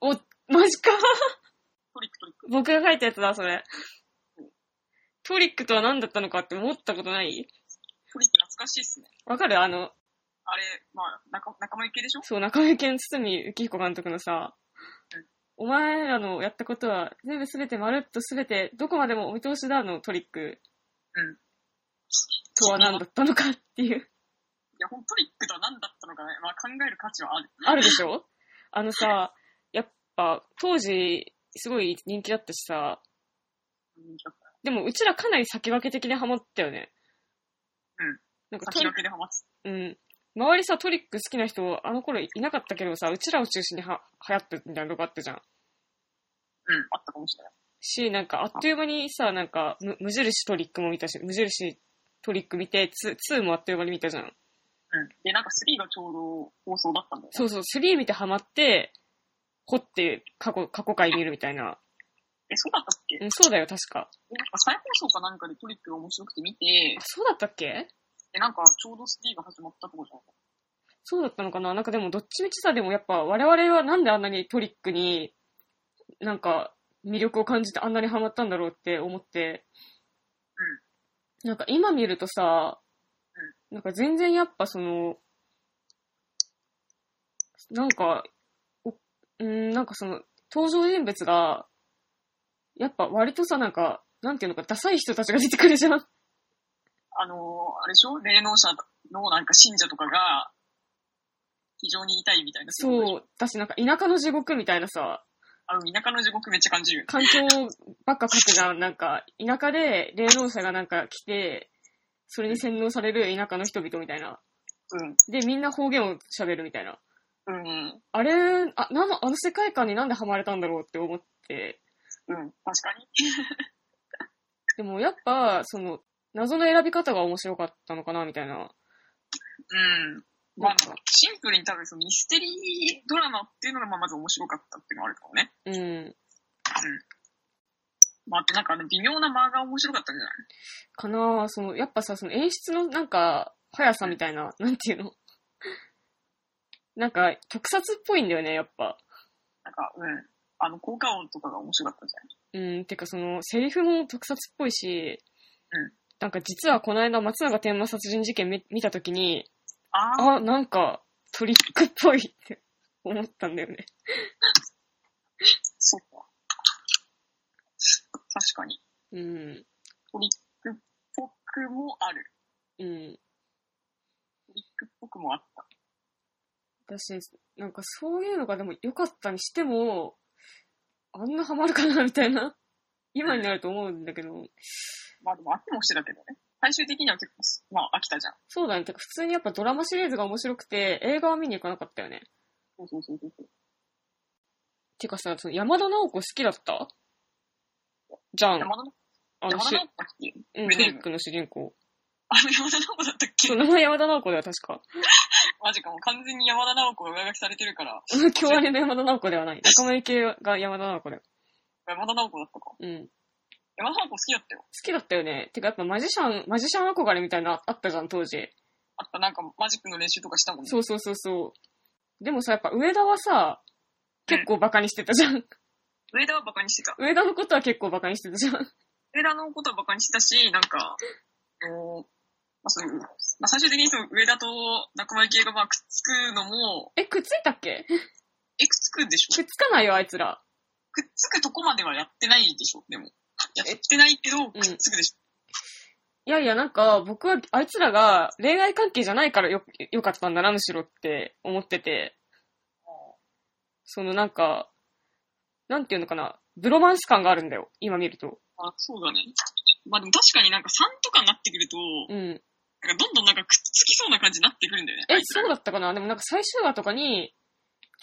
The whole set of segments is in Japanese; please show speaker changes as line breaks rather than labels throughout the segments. お、マジか。
トリックトリック。
僕が書いたやつだ、それ。トリックとは何だったのかって思ったことない
トリック懐かしいっすね。
わかるあの、
あれ、まあ、仲仲間由紀恵でしょ
そう、中身県堤幸彦監督のさ、お前らのやったことは全部すべてまるっとすべてどこまでもお見通しだのトリック
うん。
とは何だったのかっていう。
いや、ほんトリックとは何だったのかね。まあ、考える価値はある。
あるでしょあのさ、やっぱ当時すごい人気だったしさ、
うんちょっと
でもうちらかなり先駆け的にハマったよね。
うん。
なんかト
先
リ
駆けでハマって
うん。周りさ、トリック好きな人、あの頃いなかったけどさ、うちらを中心には流行ってみたいなとこあったじゃん。
た。うん。あったかもしれない。
し、なんかあっという間にさ、なんか無無印トリックも見たし、無印トリック見て、2, 2もあっという間に見たじゃん。
うん。で、なんか3がちょうど放送だったんだよね。
そうそう、3見てハマって、掘って過去、過去回見るみたいな。
え、そうだったっけ、
うん、そうだよ、確か。
なんか再放送かなんかでトリックが面白くて見て
あ、、そうだったっけ
で、なんかちょうど3が始まったとこじゃん。
そうだったのかななんかでもどっちみちさでもやっぱ我々はなんであんなにトリックになんか魅力を感じてあんなにハマったんだろうって思って。なんか今見るとさ、なんか全然やっぱその、なんか、おうん、なんかその登場人物が、やっぱ割とさなんか、なんていうのか、ダサい人たちが出てくるじゃん。
あのー、あれでしょ霊能者のなんか信者とかが、非常に痛いみたいな。いことでしょ
そう。だしなんか田舎の地獄みたいなさ、
あの、田舎の地獄めっちゃ感じるよね。
環境ばっか書くじゃん。なんか、田舎で霊能者がなんか来て、それに洗脳される田舎の人々みたいな。で、みんな方言を喋るみたいな。
うん。うん。
あれ、あ、なの、あの世界観になんでハマれたんだろうって思って。
うん。確かに。
でもやっぱ、その、謎の選び方が面白かったのかな、みたいな。
うん。まあ、シンプルに多分そのミステリードラマっていうのがまあまず面白かったっていうのがあるかもね。
うん。
まあ、あとなんかあの微妙な間が面白かったんじゃない
かなその、やっぱさ、その演出のなんか、速さみたいな、なんていうの。なんか、特撮っぽいんだよね、やっぱ。
なんか、うん。あの、効果音とかが面白かったんじゃない
うん、てかその、セリフも特撮っぽいし、
うん
なんか実はこの間松永天満殺人事件見見たときに、
ああ、
あ、なんかトリックっぽいって 思ったんだよね。
そうか。確かに。
うん、
トリックっぽくもある。
うん。
トリックっぽくもあった。
私、なんかそういうのがでも良かったにしても、あんなハマるかなみたいな、 今になると思うんだけど、
まあでもあってもしてたけどね。最終的には結構す、まあ飽きたじゃん。
そうだね。てか普通にやっぱドラマシリーズが面白くて、映画は見に行かなかったよね。
そうそうそうそう。
てかさ、その山田直子好きだったじゃん。
山田の、
あの、
山
し
田の子だっけ
うん、
ベ
ト
ネー
リ
ム
ックの主人公。
あの山田の子だったっけ
そう、名前山田直子だよ、確 か。
マジかもう完全に山田直子が上書きされてるから、
京アニの山田直子ではない。仲間由紀恵が山田直子だよ。
山田直子だったか。
うん。好
山田直子好きだったよ。
きだったよね。てかやっぱマジシャン、マジシャン憧れみたいなのあったじゃん、当時。
あったなんかマジックの練習とかしたもんね。
そうそうそうそう。でもさ、やっぱ上田はさ、結構バカにしてたじゃん。
上田はバカにしてた。
上田のことは結構バカにしてたじゃん。
上田のことはバカにしてたし、なんか、あのまあそういう、まあ最終的にその上田と仲間由紀恵がまあくっつくのも、
え、くっついたっけ
え、くっつくでしょ
くっつかないよ、あいつら。
くっつくとこまではやってないでしょ、でも。やってないけど、くっつくでしょ。
いやいや、なんか、僕は、あいつらが恋愛関係じゃないからよ、よかったんだな、むしろって思ってて。そのなんか、なんていうのかな、ブロマンス感があるんだよ、今見ると。
あそうだね。まあでも確かになんか3とかになってくると、
うん。
なんかどんどんなんかくっつきそうな感じになってくるんだよね。
え
あい、つら
そうだったかなでもなんか最終話とかに、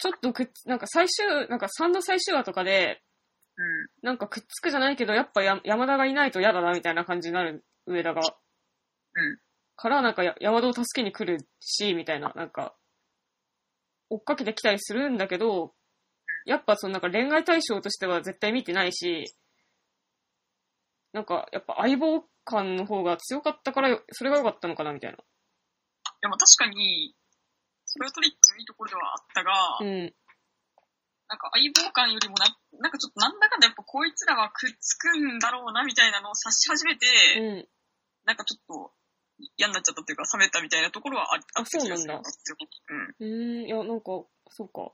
ちょっとくっつ、なんか最終、なんか3の最終話とかで、
うん。
なんかくっつくじゃないけど、やっぱや山田がいないと嫌だな、みたいな感じになる、上田が。
うん。
から、なんかや山田を助けに来るし、みたいな、なんか、追っかけてきたりするんだけど、やっぱそのなんか恋愛対象としては絶対見てないし、なんかやっぱ相棒感の方が強かったから、それが良かったのかな、みたいな。
でも確かに、それはトリックのいいところではあったが、
うん。
なんか相棒感よりもな、なんかちょっとなんだかんだやっぱこいつらはくっつくんだろうなみたいなのを察し始めて、
うん。
なんかちょっと嫌になっちゃったっていうか冷めたみたいなところはああった気がする
あそうなんだ
ですようん。
うーん、いや、なんか、そうか。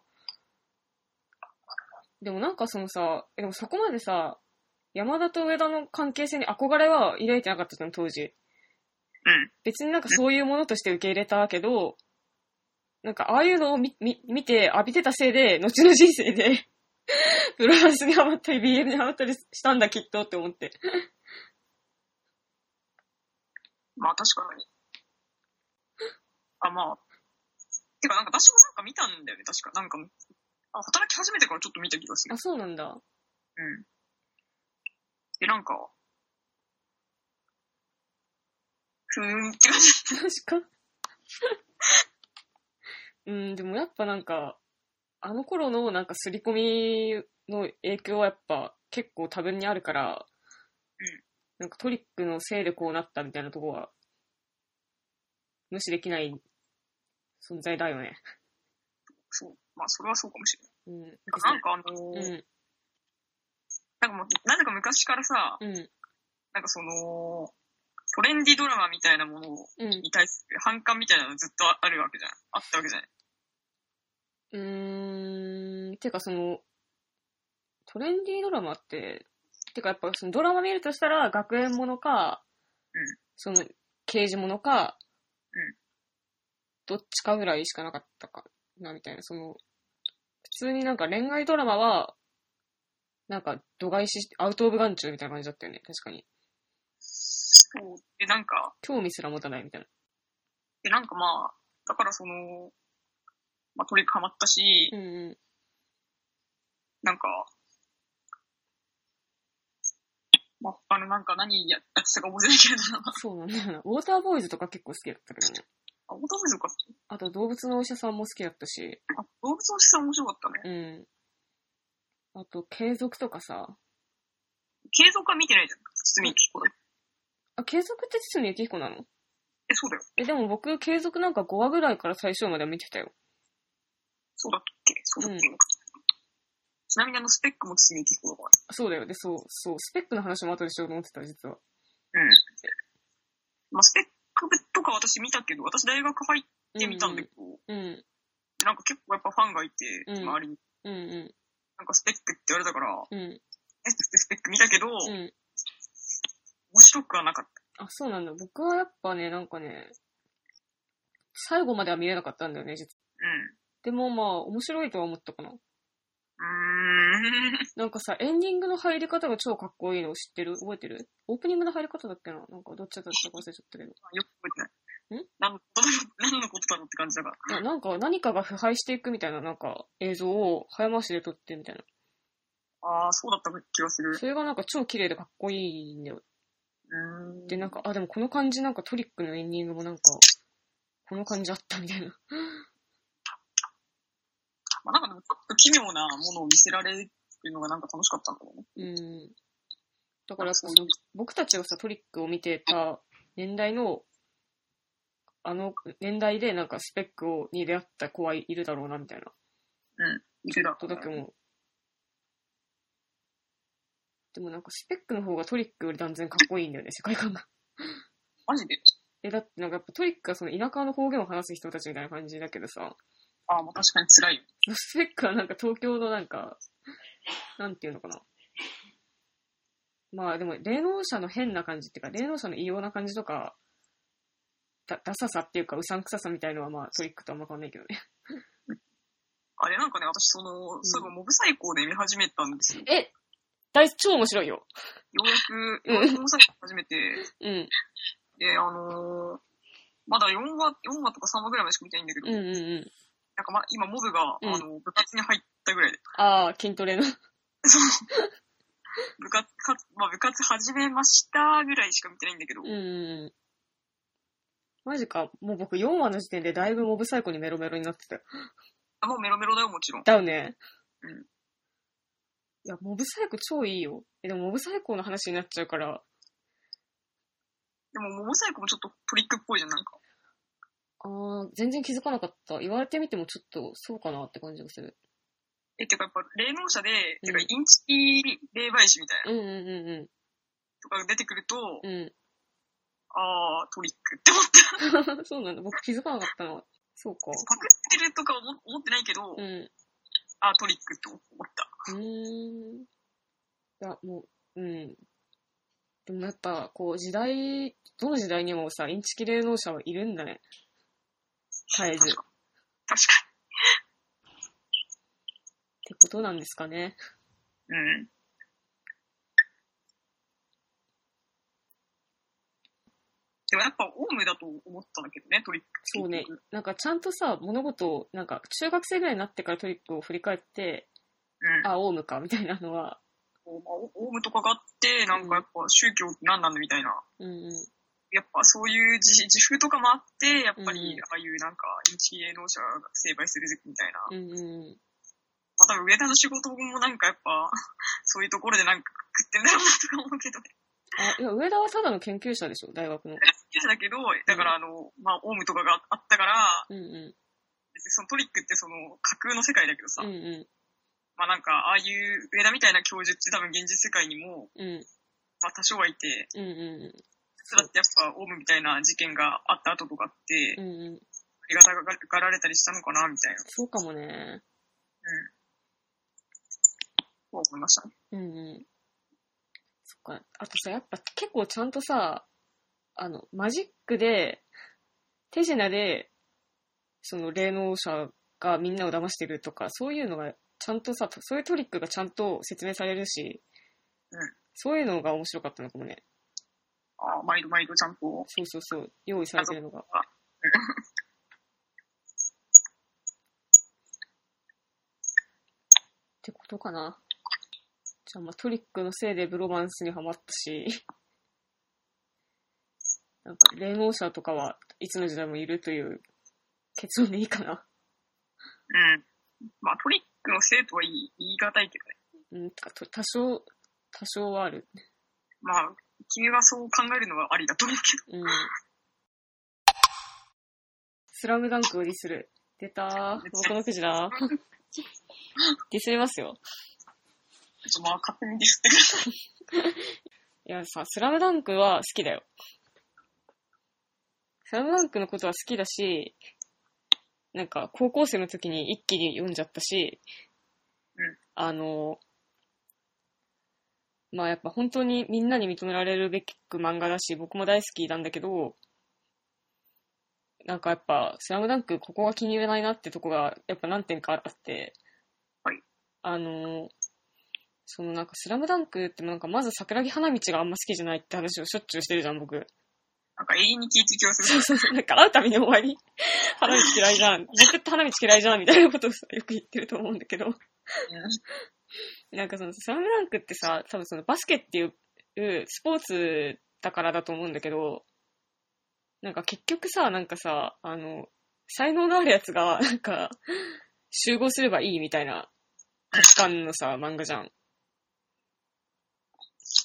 でもなんかそのさ、でもそこまでさ、山田と上田の関係性に憧れは抱いてなかったじゃん、当時。
うん。
別になんかそういうものとして受け入れたけど、なんかああいうのを見、見、見て浴びてたせいで、後の人生で、 フランスにハマったり、BL にハマったりしたんだ、きっとって思って。
まあ確かに。あ、まあ。てかなんか私もなんか見たんだよね、確か。なんか、あ働き始めてからちょっと見た気がする
あ、。そうなんだ。
うん。で、なんか、ふーんって感じ。
確か。うん、でもやっぱなんか、あの頃のなんか刷り込みの影響はやっぱ結構多分にあるから、
うん
なんかトリックのせいでこうなったみたいなとこは、無視できない存在だよね。
そう。まあ、それはそうかもしれない。
うん。で
なんかあのー
うん、
なんかもう、なぜか昔からさ、
うん、
なんかその、トレンディドラマみたいなもの
うん。
に対する反感みたいなのずっとあるわけじゃん。あったわけじゃない。
うーん、てかその、トレンディードラマって、てかやっぱそのドラマ見るとしたら学園ものか、
うん
その刑事ものか、
うん
どっちかぐらいしかなかったかな、みたいな。その、普通になんか恋愛ドラマは、なんか度外視して、アウトオブ眼中みたいな感じだったよね。確かに。
そう。で、なんか、
興味すら持たないみたいな。
で、なんかまあ、だからその、まあ、トリックハマったし、
うんう
なんか、まあ、あの、なんか何やってたか覚えてないけど
ん。そうなんだよな。ウォーターボーイズとか結構好きだったけどね。
あ、オートフェズか。
あと動物のお医者さんも好きだったし。
あ、動物の質は面白かったね。
うん。あと、継続とかさ。
継続は見てないじゃん。堤幸子だ。
あ、継続って堤幸彦なの
え、そうだよ。
え、でも僕、継続なんか5話ぐらいから最初まで見てたよ。
そうだっけそうだっけ、ちなみにあの、スペックも堤幸子だか
そうだよ。で、そう、そう、スペックの話も後でしようと思ってた、実は。
ら。うん。まあ、スペックとか私見たけど、私大学入ってみたんだけど、
うん、
なんか結構やっぱファンがいて、
うん
周りに、
うん、うん、
なんかスペックって言われたから、
うん、うん、
えっつってスペック見たけど、面
うん。
白くはなかった。
あ、そうなんだ。僕はやっぱね、なんかね、最後までは見れなかったんだよね、実は。でもまあ、面白いとは思ったかな。
うん。 うーん。
なんかさ、エンディングの入り方が超かっこいいの知ってる覚えてるオープニングの入り方だっけななんかどっちだったか忘れちゃったけど。
よく覚えてない。
ん
何のことだろう 何のことだろうって感じだから。
ななんか何かが腐敗していくみたいななんか映像を早回しで撮ってみたいな。
ああ、そうだった気がする。
それがなんか超綺麗でかっこいいんだよ。
うーん。
で、なんか、あ、でもこの感じなんかトリックのエンディングもなんか、この感じあったみたいな。
まあ、なんかでもちょっと奇妙なものを見せられるっていうのがなんか楽しかったんだろうね。
うん。だからやっぱそ
そう
の僕たちがさ、トリックを見てた年代の、あの年代でなんかスペックをに出会った子はいるだろうなみたいな。
いく
ちょ
ら
っとだけもう。でもなんかスペックの方がトリックより断然かっこいいんだよね、世界観が。
マジで
え、だってなんかやっぱトリックはその田舎の方言を話す人たちみたいな感じだけどさ、
ああ、まあ確かに辛いよ。
スペックはなんか東京のなんか、なんていうのかな。まあでも、霊能者の変な感じっていうか、霊能者の異様な感じとか、だ、ダサさっていうか、うさんくささみたいのはまあトリックとあんま変わんないけどね。
あれなんかね、私その、そういえばモブサイコーで見始めたんですよ。よ
え大、超面白いよ。
うやく、
うん
ようやくモブサイコー始めて、
うん、
で、あのーまだ4話、4話とか3話ぐらいまでしか見てないんだけど、
うんうんうん。
なんかま、今モブが、
うん
あの、部活に入ったぐらいで、
ああ、筋トレの。
部活、かまあ、部活始めましたぐらいしか見てないんだけど、
うんうんうん。マジか、もう僕4話の時点でだいぶモブサイコにメロメロになってたよ
あもうメロメロだよ、もちろん。
だよね。
うん
いや、モブサイコ超いいよ。え、でもモブサイコの話になっちゃうから、
でも、モブサイコもちょっとトリックっぽいじゃん、なんか。
あー、全然気づかなかった。言われてみてもちょっと、そうかなって感じがする。
え、てかやっぱ霊能者で、てか
うん
インチキ霊媒師みたいな
うんうんう
とかが出てくると、
ん うん。
あー、トリックって思って、
うん。そうなんだ。僕気づかなかったの。そうか。
パクってるとか思思ってないけど、
うん。
あー、トリックって思った。
うーん。いや、もう、うん。でもやっぱ、こう、時代、どの時代にもさ、インチキ霊能者はいるんだね。絶えず。
確
って
か確か
ことなんですかね。
に。うん。でもやっぱオウムだと思ったんだけどね、トリックって
そうね。なんかちゃんとさ、物事を、なんか、中学生ぐらいになってからトリックを振り返って、
うん。
あ、オウムか、みたいなのは、
こうまあオオウムとかがあって、なんかやっぱ宗教って何なんだみたいな。
うんうん。
やっぱそういう自自負とかもあって、やっぱ
う
り
ん
ああいうなんか、インチキ芸能者が成敗するぜみたいな。
うんうん。
まあ多分上田の仕事もなんかやっぱ、 そういうところでなんか食ってんだろうなとか思うけどね。
あ、いや、上田はただの研究者でしょ、大学の。
だけど、だからあの、まあオウムとかがあったから、
うんう
別にそのトリックってその架空の世界だけどさ、
ん。うんう
まあなんかああいう上田みたいな教授って多分現実世界にも、
ん。うん
まあ多少はいて、
うんう
そだってやっぱオウムみたいな事件があった後とかって
ん。う、んうん。
ありがたがられたりしたのかなみたいな、
そうかもね。
とは思いましたね。
うんうん。そっか。あとさ、やっぱ結構ちゃんとさ、あの、マジックで、手品で、その霊能者がみんなを騙してるとか、そういうのがちゃんとさ、そういうトリックがちゃんと説明されるし、
うん
そういうのが面白かったのかもね。
ああ、毎度毎度ちゃんと。
そうそうそう、用意されてるのが。ってことかな。じゃあまあトリックのせいでブロマンスにはまったし、 なんか霊能者とかはいつの時代もいるという結論でいいかな。
うん。まあトリックの生徒は言い言い難いけどね。
うん、てかと多少、多少はある。
まあ、君がそう考えるのはありだと思うけど。
うん。スラムダンクをディスる。出たー。僕のくじだー。ディスりますよ。
ちょっとまあ勝手にディスってくれ。
いやさ、スラムダンクは好きだよ。スラムダンクのことは好きだし、なんか高校生の時に一気に読んじゃったし、
うん
あの、まあやっぱ本当にみんなに認められるべき漫画だし、僕も大好きなんだけど、なんかやっぱ、スラムダンクここが気に入らないなってとこが、やっぱ何点かあって、
はい
あの、そのなんか、スラムダンクってなんか、まず桜木花道があんま好きじゃないって話をしょっちゅうしてるじゃん、僕。
なんか永遠に聞いてる気がす
そう
る。
そうそう。なんか、会うたびに終わり。花道嫌いじゃん。僕って花道嫌いじゃん、みたいなことをさよく言ってると思うんだけど。なんかその、スラムダンクってさ、多分そのバスケっていううんスポーツだからだと思うんだけど、なんか結局さ、なんかさ、あの、才能のあるやつが、なんか、集合すればいいみたいな価値観のさ、漫画じゃん。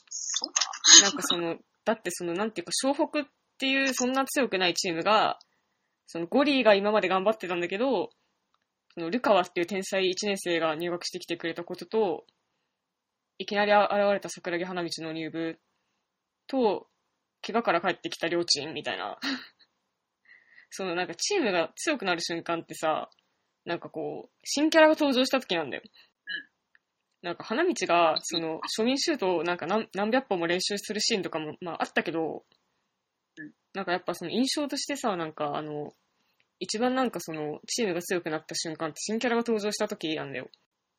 そうか。
なんかその、だってその、なんていうか、湘北っていうそんな強くないチームが、そのゴリが今まで頑張ってたんだけど、そのルカワっていう天才1年生が入学してきてくれたことと、いきなり現れた桜木花道の入部と、怪我から帰ってきた両チームみたいな。 そのなんかチームが強くなる瞬間ってさ、なんかこう、新キャラが登場した時なんだよ。なんか花道が、その、庶民シュートをなんか何何百本も練習するシーンとかも、まああったけど
うん、
なんかやっぱその印象としてさ、なんかあの、一番なんかその、チームが強くなった瞬間って新キャラが登場した時なんだよ。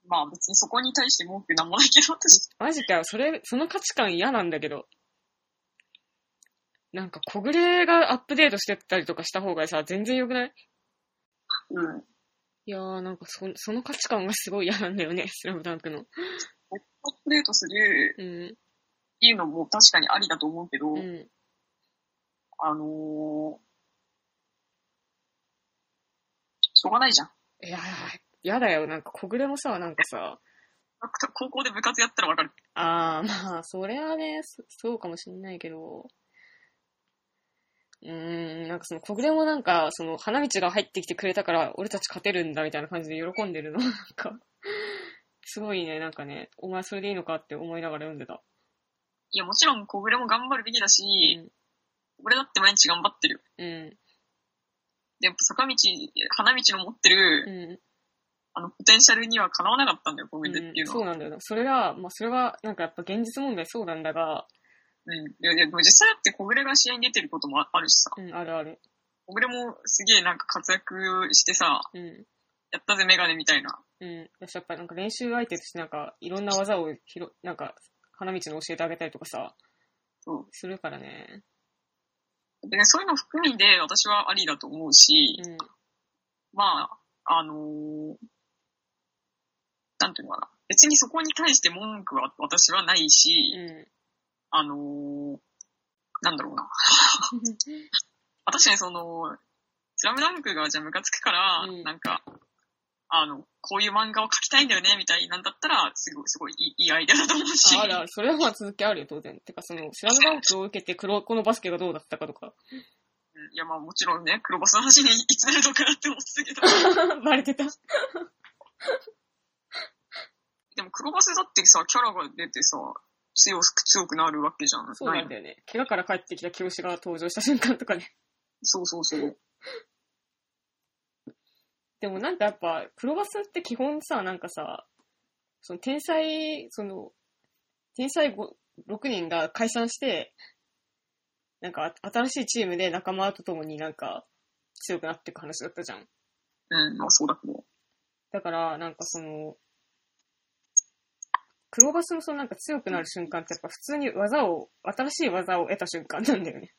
まあ別にそこに対して文句なんもないけど、私。
マジかよ、それ、その価値観嫌なんだけど。なんか、小暮がアップデートしてったりとかした方がさ、全然良くない
うん。
いやー、なんかそ、その価値観がすごい嫌なんだよね、スラムダンクの。
アップデートする
うん、
っていうのも確かにありだと思うけど、
うん、
あのー、しょうがないじゃん。
いやー、嫌だよ、なんか、小暮もさ、なんかさ、
高校で部活やったらわかる。
あー、まあ、それはね、そそうかもしんないけど、うーん、なんかその、小暮もなんか、その、花道が入ってきてくれたから、俺たち勝てるんだ、みたいな感じで喜んでるの、なんか、すごいね、なんかね、お前それでいいのかって思いながら読んでた。
いや、もちろん、小暮も頑張るべきだし、俺だって毎日頑張ってるよ。
うん。う
で、やっぱ坂道、花道の持ってる、
ん。うん。
あの、ポテンシャルにはかなわなかったんだよ、小暮っていうの
そう
は。
なんだよな。それが、まあ、それは、なんかやっぱ現実問題そうなんだが、
うん。いや、いやでも実際だって小暮が試合に出てることもあるしさ、
うん、あるある。
小暮もすげえなんか活躍してさ、
うん。
やったぜメガネみたいな。
うん。私やっぱなんか練習相手としてなんか、いろんな技をひろ、なんか、花道の教えてあげたりとかさ、
そう。
するからね。
で、そういうの含みで私はありだと思うし、
うん。
まあ、あのーなんていうのかな。別にそこに対して文句は私はないし、
う
あのーなんだろうな。
ん。
確かにその、スラムダンクがじゃあムカつくから、
うん
なんか、あの、こういう漫画を描きたいんだよね、みたいなんだったら、すごい、すごいいいいいアイデアだと思うし、
ああるある。それはまあ続きあるよ、当然。てか、その、スラムダンクを受けて黒子のバスケがどうだったかとか。
うんいや、まあもちろんね、黒バスの話にいつなるのかなって思ってた けど、
バレてた。
でも黒バスだってさ、キャラが出てさ、強く、強くなるわけじゃん。
そうなんだよね。怪我から帰ってきた清志が登場した瞬間とかね。
そうそうそう。
でもなんかやっぱ、黒バスって基本さ、なんかさ、その天才、その、天才ご6人が解散して、なんか新しいチームで仲間と共になんか強くなっていく話だったじゃん。
うん、まあそうだけど。
だから、なんかその、黒バスのそのなんか強くなる瞬間ってやっぱ普通に技を、新しい技を得た瞬間なんだよね。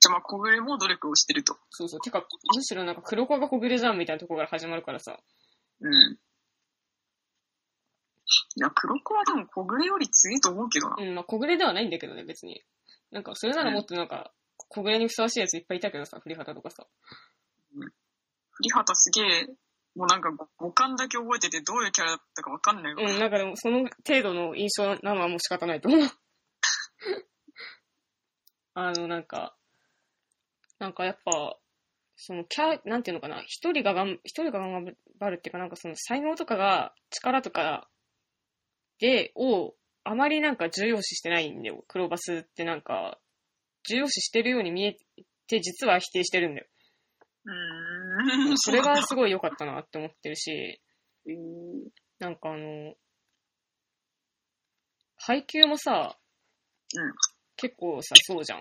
じゃあまあ小暮も努力をしてると。
そうそう。てか、むしろなんか黒子がこびれじゃんみたいなところから始まるからさ。
うん。いや、黒子はでも小暮より強いと思うけどな。
うん、まあ、小暮ではないんだけどね、別に。なんか、それならもっとなんか、小暮にふさわしいやついっぱいいたけどさ、振り旗とかさ。
栗畑すげえ、もうなんか五五感だけ覚えててどういうキャラだったかわかんないわ。
うん、なんかでも、その程度の印象なのはもう仕方ないと思う。 あの、なんか、なんかやっぱ、そのキャ、なんていうのかな、一人ががん、一人が頑張るっていうか、なんかその才能とかが、力とかで、を、あまりなんか重要視してないんだよ。クローバスってなんか、重要視してるように見えて、実は否定してるんだよ。
うーん。
それがすごい良かったなって思ってるし、
えー
なんかあの、配給もさ、
うん
結構さ、そうじゃん。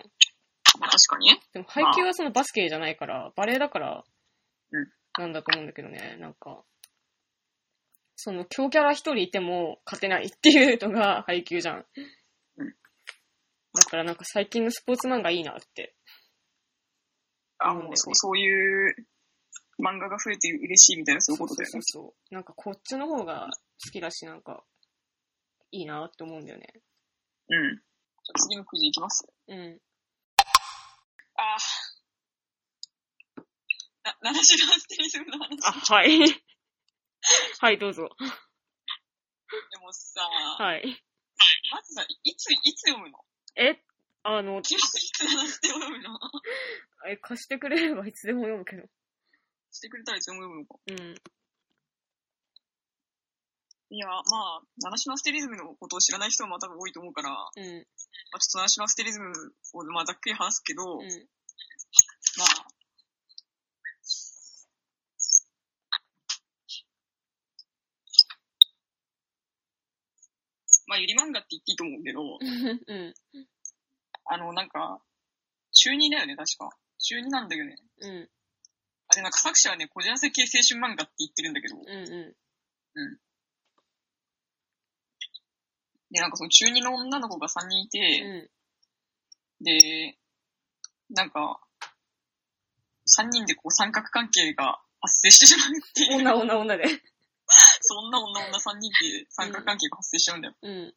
まあ確かにね。
でも配給はそのバスケじゃないから、バレエだから
うん、
なんだと思うんだけどね、なんか、その強キャラ一人いても勝てないっていうの が配給じゃん
うん。
だからなんか最近のスポーツ漫画いいなって。
あ、
うん
もうそうそういう漫画が増えて嬉しいみたいなそういうことだよ
そ
ね
う。そうそう。なんかこっちの方が好きだし、なんか、いいなって思うんだよね。
うん。じゃあ次のくじいきます。
うん。
あーな、ナナシランステニス部の話。
あ、はい。 はい、どうぞ。
でもさ、
はい。
まずさ、いつ、いつ読むの
え、あの、
君はいつナナステを読むの
え貸してくれればいつでも読むけど。
してくれたらいつでも読むのか。
うん。
いや、まあ、ナナシラステリズムのことを知らない人も多分多いと思うから、まあ、
うん。
ちょっとナナシラステリズムを、まあ、ざっくり話すけど、
うん。
まあ、まあ、ゆり漫画って言っていいと思うけど、
うん。
あの、なんか、中2だよね、確か。中2なんだよね。
うん。
あれ、なんか作者はね、こじらせ系青春漫画って言ってるんだけど、
うん。う
で、なんかその中2の女の子が3人いて、
ん。
で、なんか、3人でこう三角関係が発生してしまうっていう。
女、女、女で。
そんな女女3人で三角関係が発生しちゃうんだよ。
うん。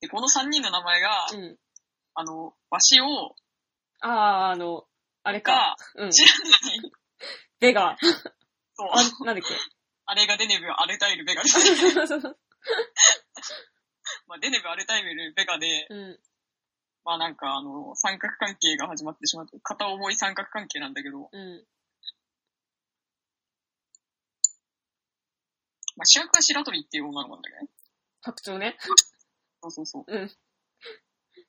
で、この3人の名前が、
うん。
あの、わしを、
ああ、あの、あれか。
が、
うん。
知らない。
ベガ。
そう、
あ、なんだっけ。
あれがデネブ、アルタイル、ベガです。 まあ、デネブ、アルタイル、ベガで、
うん。
まあなんかあの、三角関係が始まってしまって、片思い三角関係なんだけど、
うん。
まあ、主役は白鳥っていう女の子なんだけどね。
白鳥ね。
そうそうそう。
うん。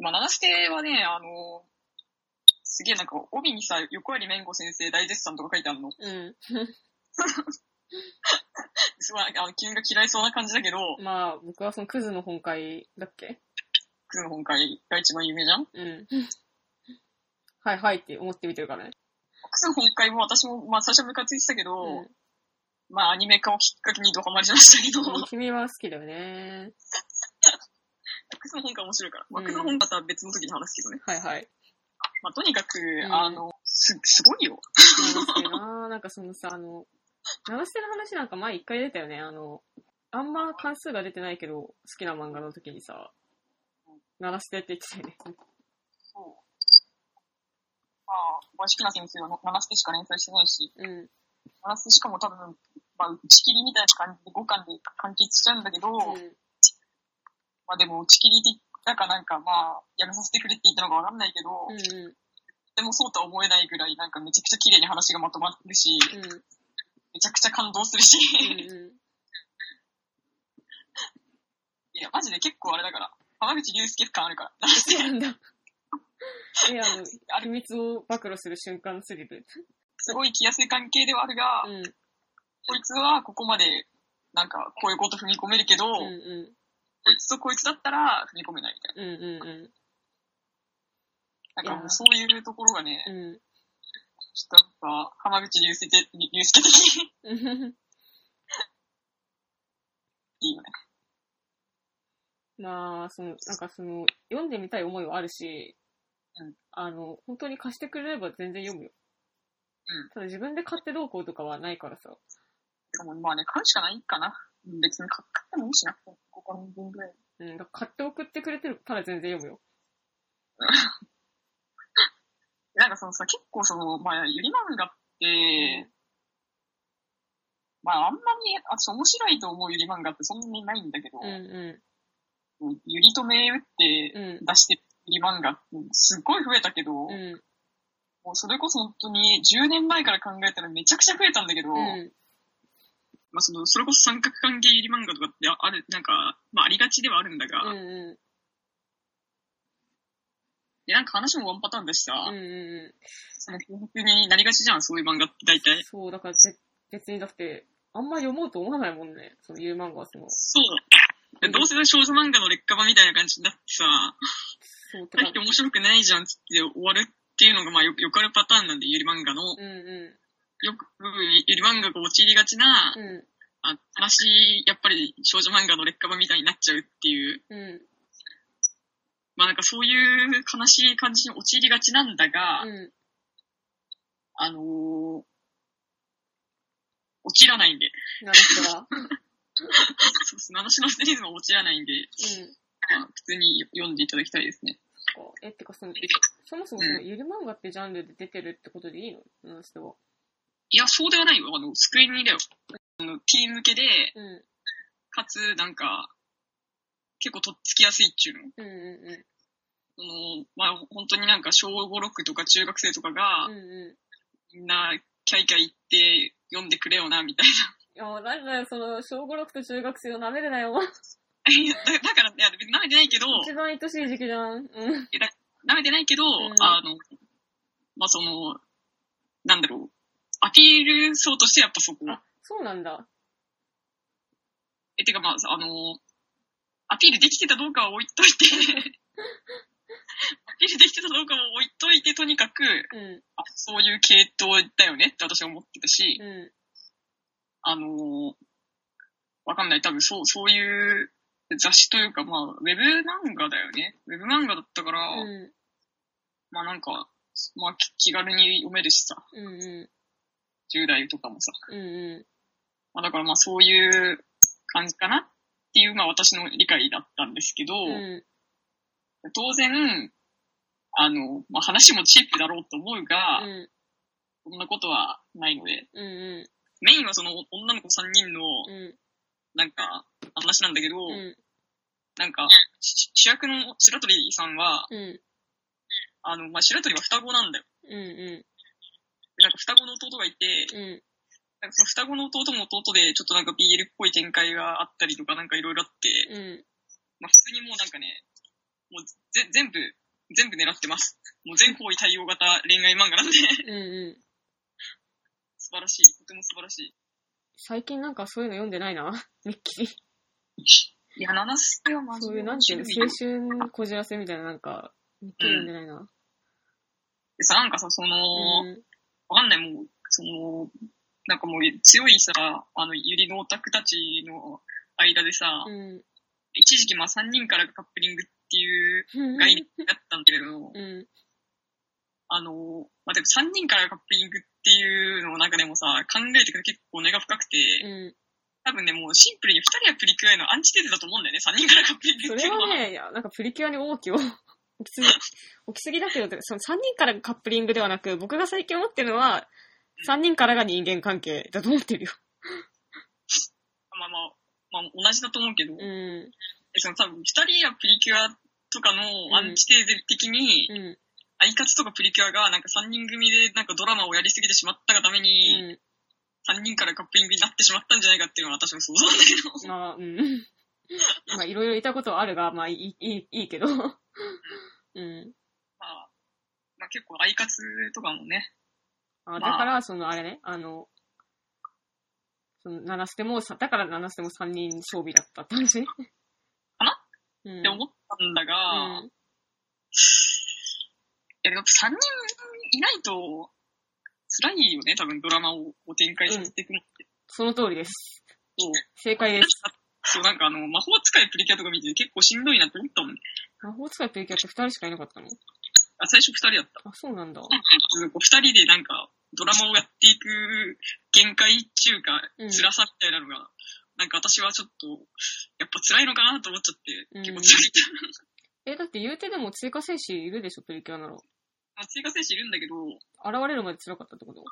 まあ、七助はね、あのすげえなんか、帯にさ、横有面子先生大絶賛とか書いてあるの。
うん。
すごい、あの、君が嫌いそうな感じだけど、
まあ、僕はそのクズの本会だっけ
クズの本会が一番有名じゃんク
うん。はいはいって思って見てるからね。
ズの本会も私も、まあ、最初はムカついてたけど、
うん
まあ、アニメ化をきっかけにドハマりしましたけど、
うん君は好きだよね。
クズの本会面白いから。まあ、
うん
クズの本会とは別の時に話すけどね。
はいはい。
まあ、とにかく、
ん
あの、す、すごいよ。
なんだっけななんかそのさ、あの、長瀬の話なんか前一回出たよね。あの、あんま関数が出てないけど、好きな漫画の時にさ、長瀬って言ってたよね。
そう。まあ、まあ、好きな先生は7ステしか連載してないし、
うん。
7ステしかも多分、まあ、打ち切りみたいな感じで5巻で完結しちゃうんだけど、
うん
まあでも打ち切りだかなんかまあ、やめさせてくれって言ったのかわかんないけど、
うんう
でもそうとは思えないぐらいなんかめちゃくちゃ綺麗に話がまとまってるし、
んうん
めちゃくちゃ感動するし、
うんうん。
いや、マジで結構あれだから、浜口竜介感あるから。
そうなんだ。え、あの、
あ
秘
れ、
密を暴露する瞬間スリル。
すごい気安い関係ではあるが、
うん。
こいつはここまで、なんか、こういうこと踏み込めるけど、
うんう
こいつとこいつだったら踏み込めないみたいな。
ん。うんう
なんかも
いやー
うそういうところがね
んう、ん。
ちょっとやっぱ、浜口竜介的、竜介的に
うん。
いいよね。
まあ、その、なんかその、読んでみたい思いはあるし、
うん
あの、本当に貸してくれれば全然読むよ。
うん
ただ自分で買ってどうこうとかはないからさ。
てかもうまあね、買うしかないかな。うん別に買ってもいいしな。ここの分ぐらい。
うん、だから買って送ってくれてるから全然読むよ。
なんかそのさ、結構その、まあ、ゆりマンガって、まああんまり、あ、そう面白いと思うゆりマンガってそんなにないんだけど、
うんう
ゆりとめ打って
ん。う
出してるゆりマンガってすっごい増えたけど、
ん。うん。
もうそれこそ本当に10年前から考えたらめちゃくちゃ増えたんだけど、
うん。
まあ、その、それこそ三角関係入り漫画とかってあある、なんか、まあ、ありがちではあるんだが、
うんう
で、なんか話もワンパターンでした。
ん。うんう
その、普通になりがちじゃん、そういう漫画って大
ん。
体。
そう、だからぜ別にだって、あんま読もうと思わないもんね。その有漫画はその。
そう。でどうせ少女漫画の劣化版みたいな感じになってさ、
そう、だか
大して面白くないじゃんっつって終わるっていうのが、まあよく、よくあるパターンなんで、ゆり漫画の。よ
うんう
く、ゆり漫画が陥りがちな、
ん。う
あ話、やっぱり少女漫画の劣化版みたいになっちゃうっていう、
ん。うん。
まあなんかそういう悲しい感じに陥りがちなんだが、
うん。
あのー、落ちらないんで。
なるほど。
そうです。七種のシリーズも落ちらないんで、
うん。
まあ普通に読んでいただきたいですね。
か。え、てかその、そもそもその、ゆる漫画ってジャンルで出てるってことでいいのなの人は。
いや、そうではないよ。あの、スクエニだよ。あの、T 向けで、
うん。う
かつ、なんか、結構とっつきやすいっちゅうの。
んう
その、まあ、本当になんか小5、6とか中学生とかが
んうん。う、んうん。
みんな、キャイキャイ言って、読んでくれよな、みたい
いや、なんだよ、その、小5、6と中学生を舐めるなよ。
な。い やだだから、いや、別に舐めてないけど、
一番愛しい時期じゃん。うん。
舐めてないけど、
ん
あの、まあ、その、なんだろう、アピール層としてやっぱそこ、
あ、そうなんだ。
え、てかまあ、あの、アピールできてたどうかは置いといて、 アピールできてたどうかも置いといて、とにかく、
うん。
あそういう系統だよねって私は思ってたし、
う
あの、わかんない、多分そう、そういう雑誌というか、まあ、ウェブ漫画だよね。ウェブ漫画だったから、
ん。う
まあなんか、まあ気気軽に読めるしさ、
ん。うんう
10代とかもさ、
ん。う
まあだからまあそういう感じかなっていう、まあ私の理解だったんですけど、
んうん。う
当然、あの、まあ話もチープだろうと思うが、
ん。
そんなことはないので、
うんう
メインはその女の子3人の、
ん。うん。
なんか、話なんだけど、
うん。
なんか、し主役の白鳥さんは、
うん。
あの、まあ白鳥は双子なんだよ。
うん。うん。
でなんか双子の弟がいて、
うん。
なんかその双子の弟も弟で、ちょっとなんか BL っぽい展開があったりとか、なんかいろいろあって、
うん。
まあ、普通にもうなんかね、もうぜ全部、全部狙ってます。もう全方位対応型恋愛漫画なんで、
うんうん。
素晴らしい。とても素晴らしい。
最近なんかそういうの読んでないな。めっきり。
いや、七瀬はマジ
そう
で
いう、なんていうの、青春こじらせみたいな、なんか、めっきり読んでないな。
でさ、なんかさ、その、
うん。
わかんない、もう、その、なんかもう強いさ、あの、ゆりのオタクたちの間でさ、
うん。
一時期まあ3人からがカップリングっていう
うん。
概念だったんだけど、
うん。
あの、まあ、でも3人からがカップリングっていうのをなんかでもさ、考えていくと結構根が深くて、
うん。
多分ね、もうシンプルに2人はプリキュアへのアンチテーゼだと思うんだよね、3人からカップリング
そ
っていう
れ
の
は
は。
ね、いや、なんかプリキュアに大 きを置きすぎ、置きすぎだけど、その3人からがカップリングではなく、僕が最近思ってるのは、3人からが人間関係だと思ってるよ。
まあまあ、まあ同じだと思うけど、
うん。
その多分2人はプリキュアとかのアンチテーゼ的に、
うん。
アイカツとかプリキュアがなんか3人組でなんかドラマをやりすぎてしまったがため
う
に、
ん。
3人からカップリングになってしまったんじゃないかっていうのは私も想像なんだけど。
まあ、うん。 まあ、いろいろいたことはあるが、まあ、いい、いい、いいけど。 うん。
まあ、まあ結構アイカツとかもね、
あ、だから、その、あれね、あの、その、七捨ても、さだから七捨ても3人勝負だったって話ね。
かな
うん。
って思ったんだが、
うん
いや、やっぱ3人いないと、辛いよね、多分ドラマをこう展開させていくのって。
その通りです。
そう。
正解です。
そう、なんかあの、魔法使いプリキュアとか見てて結構しんどいなって思ったもんね。
魔法使いプリキュアって2人しかいなかったの
あ、最初2人だった。
あ、そうなんだ。
こう2人でなんか、ドラマをやっていく限界中か
うん、
辛さみたいなのが、なんか私はちょっと、やっぱ辛いのかなと思っちゃって、結
うん
構辛い。
え、だって言うてでも追加戦士いるでしょ、プリキュアなら。
まあ追加選手いるんだけど、うん
現れるまで辛かったってこと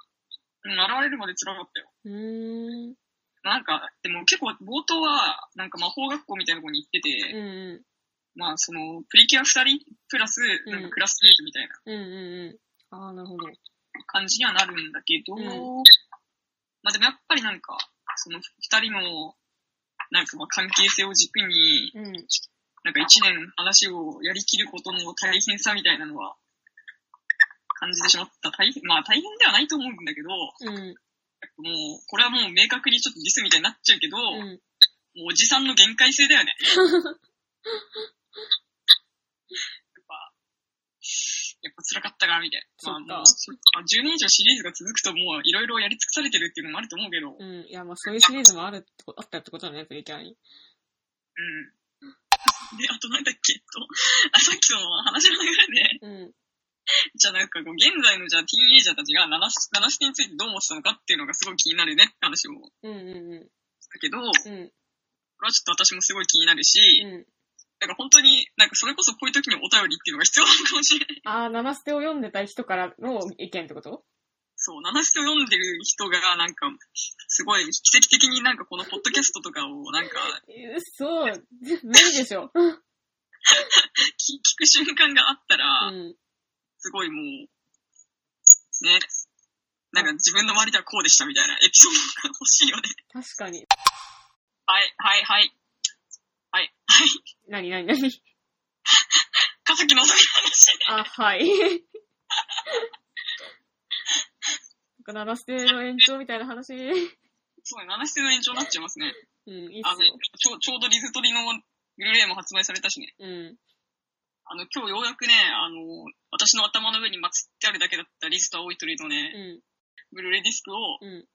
現れるまで辛かったよ。
うーん。
なんか、でも結構冒頭は、なんか魔法学校みたいなとこに行ってて、
う
まあその、プリキュア2人、プラス、なんかクラスメイトみたいなん
うん。うんうんうん。ああ、なるほど。
感じにはなるんだけど、
うん
まあでもやっぱりなんか、その2人の、なんかまあ関係性を軸に、
うん。
なんか1年話をやりきることの大変さみたいなのは、感じてしまった。大変、まあ大変ではないと思うんだけど、
うん。
もう、これはもう明確にちょっとディスみたいになっちゃうけど、
うん。
もうおじさんの限界性だよ ね。やっぱ、やっぱ辛かったか、みたいな。
そっか
まあもう、そっか10年以上シリーズが続くともういろいろやり尽くされてるっていうのもあると思うけど、 うん。
うん。いや、まあそういうシリーズもあるってこあったってことだね、プリキュアに。
で、あとなんだっけ、えっと、あさっきの話の流れで、
うん。
じゃあなんかこう、現在のじゃあティーンエイジャーたちがナナスナナステについてどう思ってたのかっていうのがすごい気になるねって話を
うんう
したけど、こ
んうん。うん。
れはちょっと私もすごい気になるし、
うん。
なんか本当に、なんかそれこそこういう時にお便りっていうのが必要なのかもしれない。
ああ、七捨てを読んでた人からの意見ってこと
そう、七七を読んでる人が、なんか、すごい奇跡的になんかこのポッドキャストとかをなんか、
えそう。 無理でしょ。う
き聞く瞬間があったら、
ん。
すごいもう、ね、なんか自分の周りではこうでしたみたいなエピソードが欲しいよね。
確かに。
はい、はい、はい。はい、
なになになに
かさきのぞみ
あ、はい。なんか、七捨ての延長みたいな話。
そうね、七七の延長になっちゃいますね。
うん、いいっ
あの、
すよ。
ちょうちょうどリズトリのブルーレイも発売されたしね。
うん。
あの、今日ようやくね、あの、私の頭の上に祀ってあるだけだったリスト・青い鳥のね、
う
ブルーレイディスクを、
ん。うん。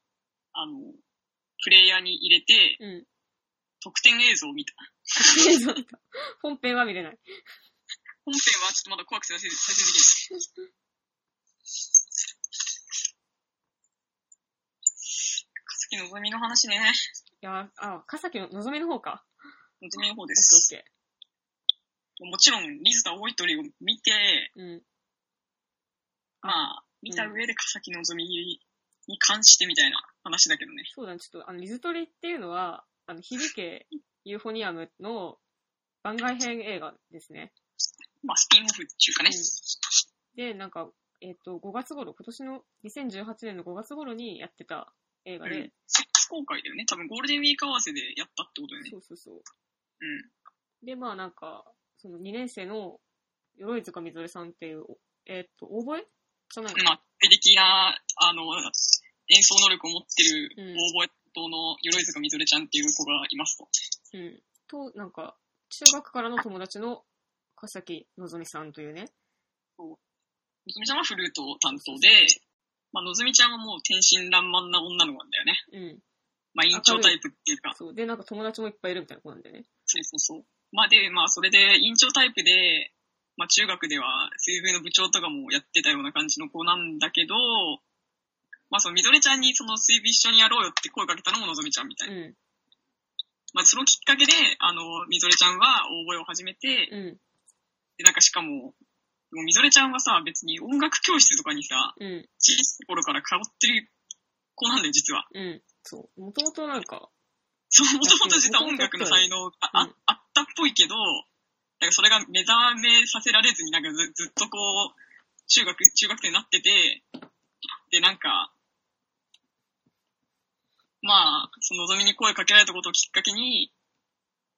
あの、プレイヤーに入れて、
うん。
特典映像を見た。
本編は見れない。
本編はちょっとまだ怖くて再生再生できない。かすきのぞみの話ね。
いや、あ、かさきの、のぞみの方か。
のぞみの方で
オ
す。
ッケー
もちろん、リズタ大い鳥を見て、
オッケー。うん。
まあ、見た上でかさきのぞみに関してみたいな話だけどね。
そうだね、ちょっと、あの、水鳥っていうのは、あの、響けユーフォニアムの番外編映画ですね。
まあ、スピンオフっていうかね。
うんで、なんか、えっ、と、5月頃、今年の2018年の5月頃にやってた映
う
画
ん
ね。。
設置公開だよね。多分ゴールデンウィーク合わせでやったってことだよね。
そうそうそう。
うん。
で、まあなんか、その2年生の鎧塚みぞれさんっていう、おえーっと、覚えじゃない
まあ、ペリキな、あの、演奏能力を持ってる、
うん
大覚え党の鎧塚みぞれちゃんっていう子がいますと。
うん。と、なんか、中学からの友達の笠崎のぞみさんというね。
のぞみちゃんはフルートを担当で、まあ、のぞみちゃんはもう天真爛漫な女の子なんだよね。
うん。
まあ、委員長タイプっていうか、
そう。で、なんか友達もいっぱいいるみたいな子なんだよね。
そうそうそう。まあ、で、まあ、それで委員長タイプで、まあ、中学では水泳の部長とかもやってたような感じの子なんだけど、まあ、そのみぞれちゃんにその水泳一緒にやろうよって声かけたのものぞみちゃんみたいな。
う
まあ、そのきっかけで、あの、みぞれちゃんは大声を始めて、
ん。う
で、なんかしかも、でもみぞれちゃんはさ、別に音楽教室とかにさ、
ん。うん。
小さい頃から通ってる子なんだよ、実は。
うん。そう。もともとなんか、
そう、もともと実は音楽の才能があ,、
うん
あったっぽいけど、なんかそれが目覚めさせられずに、なんかずずっとこう、中学、中学生になってて、で、なんか、まあ、そのぞみに声かけられたことをきっかけに、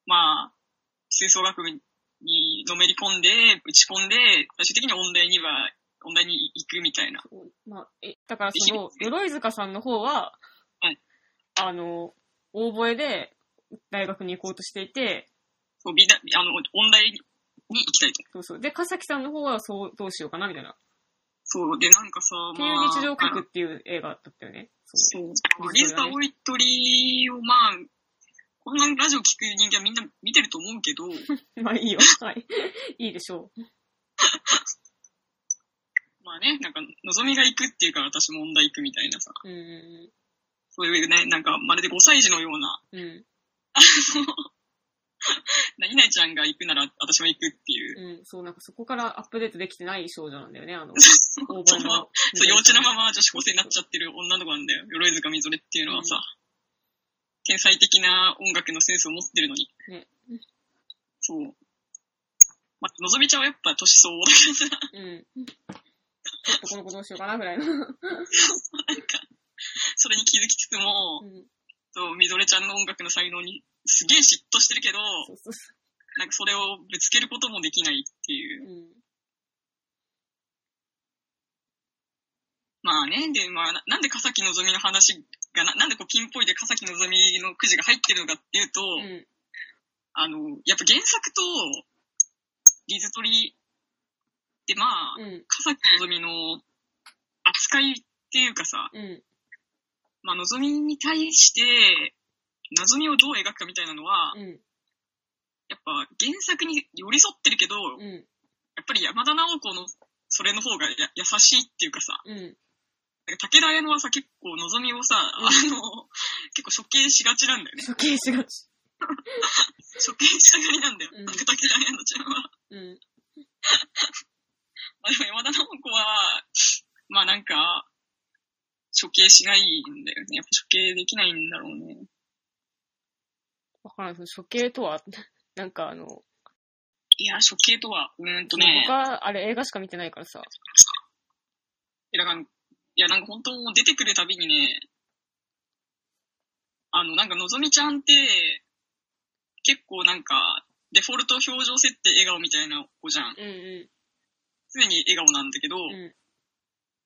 まあ、吹奏楽部にのめり込んで、打ち込んで、最終的に音大には、音大に行くみたいな。
こうまあ、え、だからその、鎧塚さんの方は、
はい
あの、大声で大学に行こうとしていて、
そう、美大、あの、音大に行きたいと。
そうそう。で、笠木さんの方はそう、どうしようかな、みたいな。
そう、で、なんかさ、
ってい
まあ、
う日常
あの
曲っていう映画だったよね。そう。
そう。
で
リス
すよ
タ
ね
ー・オイトリーを、まあ、こんなラジオ聞く人間はみんな見てると思うけど、
まあいいよ。はい。いいでしょう。
まあね、なんか、のぞみが行くっていうから私も音大行くみたいなさ、
うん。
そういうね、なんか、まるで5歳児のような、
うん。
何々ちゃんが行くなら私も行くっていう、
うん。そう、なんかそこからアップデートできてない少女なんだよね、あの、大声
そ
の
の、。そう幼稚なまま女子高生になっちゃってる女の子なんだよ。鎧塚みぞれっていうのはさ、
うん
天才的な音楽のセンスを持ってるのに。
ね
そう。まあ、のぞみちゃんはやっぱ年相応だからさ、
うん。ちょっとこの子どうしようかな、ぐらいの。
それに気づきつつも
う、ん。
そう、みぞれちゃんの音楽の才能にすげえ嫉妬してるけど、
そうそうそ。
なんかそれをぶつけることもできないっていうう。
うん。
まあね、で、まあ、ななんで笠木のぞみの話がな、なんでこうピンポイントで笠木のぞみのくじが入ってるのかっていうと、
うん。
あの、やっぱ原作と、リズトリってまあ、
うん。
笠木のぞみの扱いっていうかさ、
うん。
まあ、のぞみに対して、のぞみをどう描くかみたいなのは、
うん。
やっぱ原作に寄り添ってるけど、
うん。
やっぱり山田直子のそれの方がや優しいっていうかさ、
うん。
なんか武田綾乃はさ、結構望みをさ、あの、結構処刑しがちなんだよね。
処刑しがち。
処刑したがりなんだよ。
うん
武田綾乃ちゃんは。
うん。
まあでも山田直子は、まあなんか、処刑しないんだよね。やっぱ処刑できないんだろうね。
わからない。その処刑とは、なんかあの、
いや、処刑とは、うーんとね、
僕はあれ映画しか見てないからさ。
いや、なんか、いや、なんか本当もう出てくるたびにね、あの、なんか、のぞみちゃんって、結構なんか、デフォルト表情設定笑顔みたいな子じゃん。
うんう
常に笑顔なんだけど、
ん。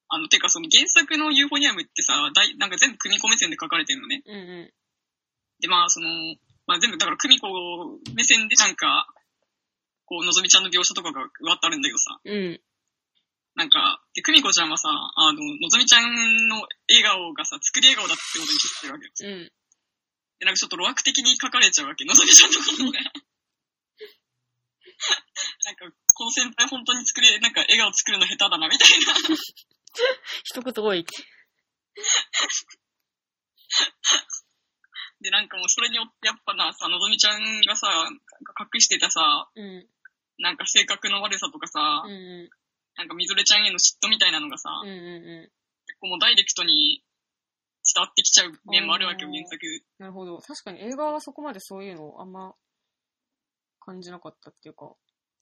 あの、てかその原作のユーフォニアムってさ、だいなんか全部組子目線で書かれてるのね。
うんう
で、まあ、その、まあ全部、だから組子目線でなんか、こう、のぞみちゃんの描写とかがうわってあるんだけどさ、
ん。うん。
なんか、で、久美子ちゃんはさ、あの、のぞみちゃんの笑顔がさ、作り笑顔だってことに気づいてるわけよ。
うん。
で、なんかちょっと露悪的に書かれちゃうわけ。のぞみちゃんのことが。 なんか、この先輩本当に作れ、なんか笑顔作るの下手だな、みたいな。
一言多い。
で、なんかもうそれによって、やっぱな、さ、のぞみちゃんがさ、なんか隠してたさ、
うん。
なんか性格の悪さとかさ
うん、う
なんかみぞれちゃんへの嫉妬みたいなのがさ、
ん。うんうんう
結構もうダイレクトに伝わってきちゃう面もあるわけよ、
あー
原作。
ん。なるほど。確かに映画はそこまでそういうのをあんま感じなかったっていうか。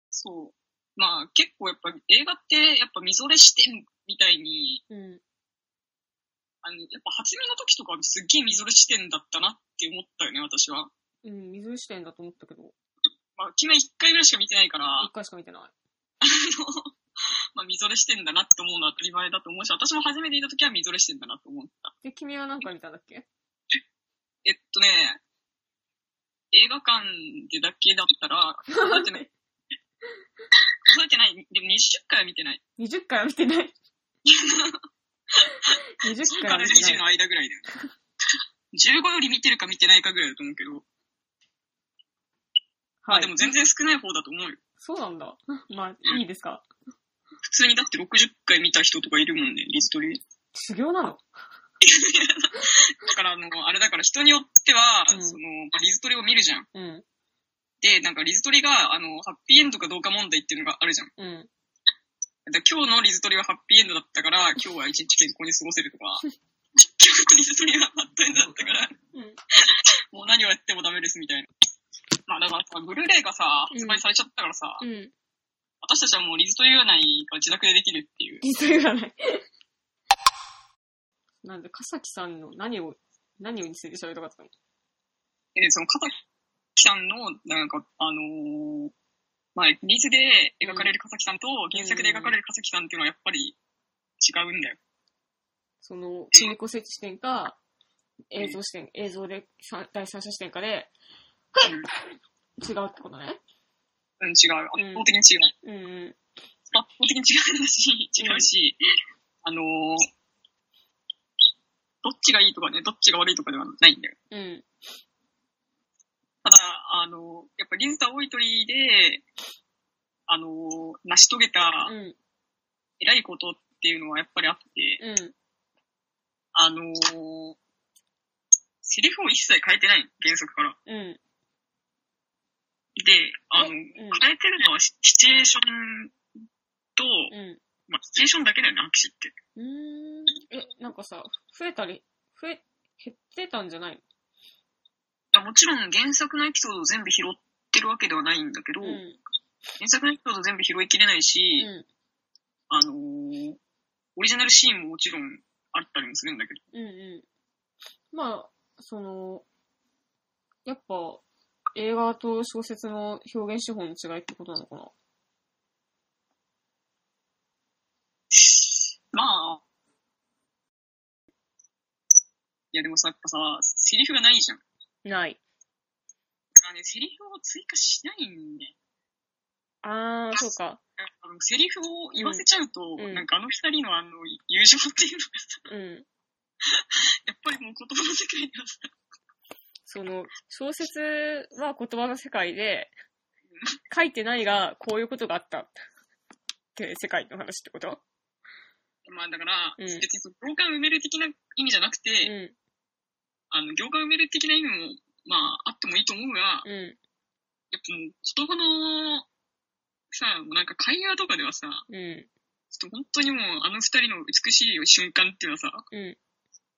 そう。まあ結構やっぱ映画ってやっぱみぞれ視点みたいに、
うん。
ああの、やっぱ初めの時とかはすっげえみぞれ地点だったなって思ったよね、私は。
うん、水視点だと思ったけど、
まあ、決め1回ぐらいしか見てないから、
一回しか見てない。
まあ、みぞれ視点だなって思うのは当たり前だと思うし、私も初めていた時はみぞれ視点だなと思った。
で、君はなんか見たんだっけ
えっとね、映画館でだけだったら、数えてない。数えてない。でも20回は見てない。
?20 回は見て ない。20
10
回
か
は
ら
見て
20
ない。
の間ぐらいだよね。15より見てるか見てないかぐらいだと思うけど、まあ
はい
で。も全然少ない方だと思うよ。
そうなんだ。まあ、いいですか。
普通にだって60回見た人とかいるもんね、リストリ。
修行なの
だから、あの、あれだから人によっては、
うん
その、まあリストリを見るじゃん。
うん、
で、なんかリストリが、あの、ハッピーエンドかどうか問題っていうのがあるじゃん。
うん。
だから今日のリズトリはハッピーエンドだった から、今日は一日健康に過ごせるとか、今日のリズトリはハッピーエンドだったから、
うん
もう何をやってもダメですみたいな。まあだからさ、ブルーレイがさ、
うん
発売されちゃったからさ、
うん。
私たちはもうリズトリ占いが自宅でできるっていう。
理想がない。なんで、笠木さんの何を、何をについて喋りたかったの
で、その、片木さんの、なんか、あのーまあ、リズで描かれる笠木さんと、原作で描かれる笠木さんっていうのはやっぱり違うんだよ。
その、金庫設置視点か、映像視点、映像でさ第三者視点かで違うってことね。
うん、違う。圧倒的に違う。
うんうん。
圧倒的に違うし、違うし、あのーどっちがいいとかね、どっちが悪いとかではないんだよ。
うん。
ただ、あのーやっぱリンタ多い鳥で、あのー成し遂げた
うん。
偉いことっていうのはやっぱりあって、
うん。
あのーセリフを一切変えてないの原則から。
うん。
で、あの、
うん
変えてるのはシシチュエーションと、
うん。
まあ、シチュエーションだけだよね、拍手って。
うーん。え、なんかさ、増えたり、増え、減ってたんじゃない
あもちろん原作のエピソードを全部拾ってるわけではないんだけど、
のうん。
原作のエピソード全部拾いきれないし、
う
あのーオリジナルシーンももちろんあったりもするんだけど、
ん。うんうん。まあ、その、やっぱ、映画と小説の表現手法の違いってことなのかな
まあ、いやでもさ、やっぱさ、セリフがないじゃん。だ
ない。
からね、セリフを追加しないんで、
あー、そうか。
あのセリフを言わせちゃうと、
うんうん
なんかあの二人のあの、友情っていうのがさ、
うん。
やっぱりもう言葉の世界がさ、
その、小説は言葉の世界で、書いてないが、こういうことがあった。って世界の話ってこと
まあだから、
うん
別にその行間埋める的な意味じゃなくて、
う
あの、行間埋める的な意味も、まあ、あってもいいと思うが、
ん、う
やっぱもう、言葉の、さ、なんか会話とかではさ、
ん、う
ちょっと本当にもう、あの二人の美しい瞬間っていうのはさ、
ん、う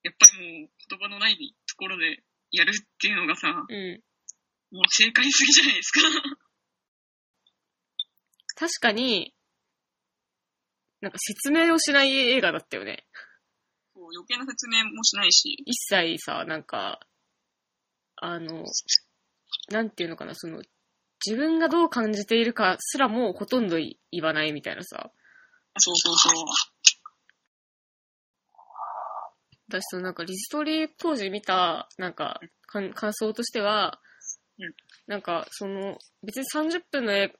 やっぱりもう、言葉のないところでやるっていうのがさ、
ん、うん。
もう正解すぎじゃないですか。
確かに、なんか説明をしない映画だったよね。
こう余計な説明もしないし、
一切さ、なんか、あの、なんていうのかな、その、自分がどう感じているかすらもほとんどい言わないみたいなさ。
そうそうそう。
私、そのなんか、リストリー当時見た、なんか、感感想としては
うん、
なんか、その、別に30分の絵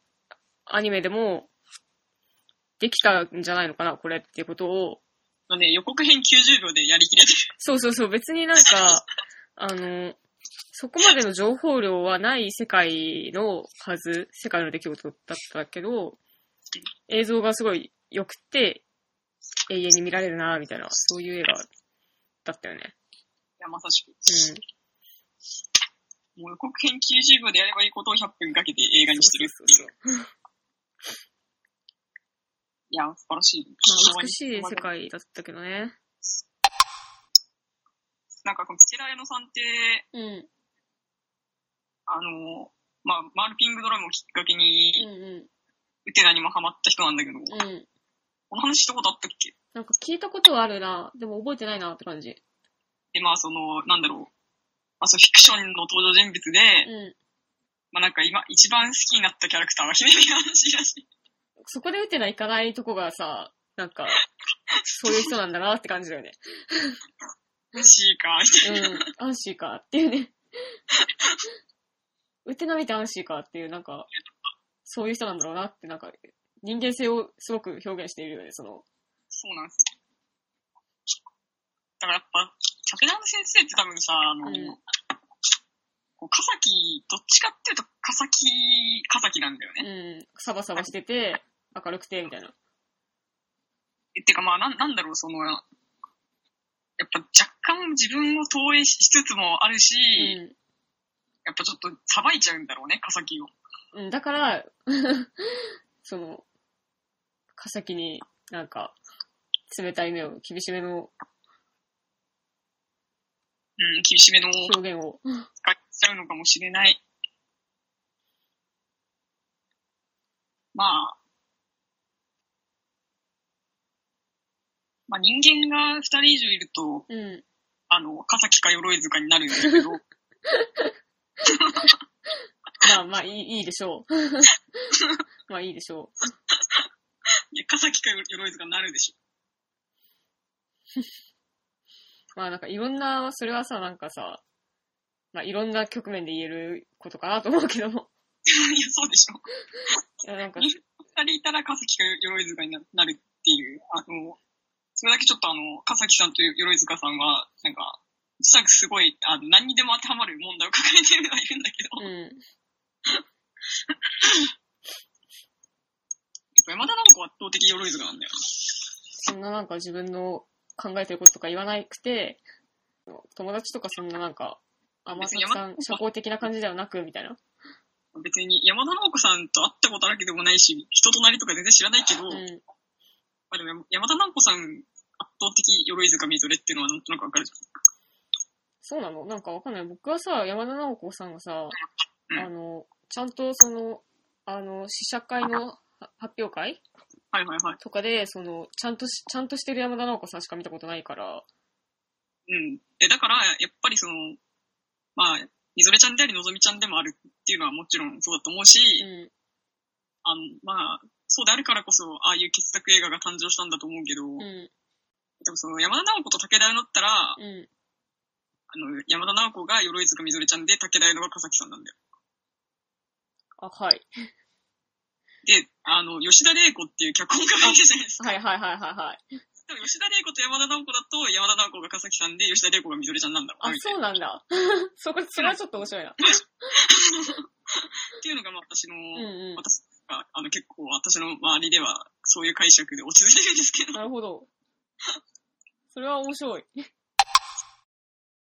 アニメでも、できたんじゃないのかな、これっていうことを。
まあね、予告編90秒でやりきれて
そうそうそう、別になん か、あの、そこまでの情報量はない世界のはず、世界の出来事だったけど、映像がすごい良くて、永遠に見られるな、みたいな、そういう映画だったよね。
いや、まさしく。
うん。
もう予告編90秒でやればいいことを100分かけて映画にしてるっていう。いや、素晴らしい。
まあ、美しい世界だったけどね。
なんか、この土田矢野さんって、
うん。
あの、まあ、マルピングドラムをきっかけ
う
に、
ん
ウテナにもハマった人なんだけど、
うん。うん。
この話したことあったっけ
なんか聞いたことはあるな、でも覚えてないなって感じ。
で、まあ、その、なんだろう。まあ、そのフィクションの登場人物で、
うん。
まあ、なんか今、一番好きになったキャラクターは姫宮らしいらしい。
そこで打てないかないとこがさ、なんか、そういう人なんだなって感じだよね。
らしいか、みたいな。
うん。アンシーかっていうね。打てないでアンシーかっていう、なんか、そういう人なんだろうなって、なんか、人間性をすごく表現しているよね、その。
そうなんですよ。だからやっぱ、武田先生って多分さ、あの、
うん
こう、笠木、どっちかっていうと、笠木、笠木なんだよ
う
ね。
ん。サバサバしてて、明るくて、みたいな。
えてかまあ、なんなんだろう、その、やっぱ若干自分を投影しつつもあるし、
うん。
やっぱちょっとさばいちゃうんだろうね、笠木を。
うん、だから、 その、カサキになんか、冷たい目を、厳しめの
うん、厳しめの方が
表現を。
いっちゃうのかもしれない。まあ、まあ人間が二人以上いると、
うん。
あの、笠木か鎧塚になるんだけど、
まあまあ、いい、いいでしょ う。まあいいでしょ
いや笠木か鎧塚になるでしょ。
う。まあなんかいろんな、それはさ、なんかさ、まあいろんな局面で言えることかなと思うけども。
いや、そうでしょ。
いやなんか、
二人いたら笠木か鎧塚にななるっていう、あの、それだけちょっとあの、笠木さんと鎧塚さんは、なんか、実はすごい、あの、何にでも当てはまる問題を抱えてるのはいるんだけど、
うん。
山田直子は圧倒的鎧塚なんだよ。
そんななんか自分の考えてることとか言わなくて、友達とかそんななんか、あ、まさきさん、社交的な感じではなく、みたいな。
別に山田直子さんと会ったことあるわけでもないし、人となりとか全然知らないけど、
うん。
まあでも山田直子さん圧倒的鎧塚みぞれっていうのはなんとなくわかるじゃん。
そうなのなんかわかんない。僕はさ、山田直子さんがさ、
うん
あの、ちゃんとその、あの、試写会のは発表会
はいはいはい。
とかで、その、ちゃんとし、ちゃんとしてる山田直子さんしか見たことないから、
うん。え、だから、やっぱりその、まあ、みぞれちゃんであり、のぞみちゃんでもあるっていうのはもちろんそうだと思うし、
うん。
あの、まあ、そうであるからこそ、ああいう傑作映画が誕生したんだと思うけど、
う
で
ん。
もその山田直子と武田になったら、あ
うん。
の、山田直子が鎧塚みぞれちゃんで、武田のが笠木さんなんだよ。
あ、はい。
で、あの、吉田玲子っていう脚本家がいるじゃないですか。
はいはいはいはいはい。
多分吉田玲子と山田直子だと、山田直子が笠木さんで、吉田玲子がみぞれちゃんなんだろ
あ
うな、み、たい
そうなんだ。 そこ、それはちょっと面白いな。
な。っていうのが、まあ私の、
うんうん。
私が、あの、結構私の周りでは、そういう解釈で落ち着いてるんですけど、
なるほど。それは面白い。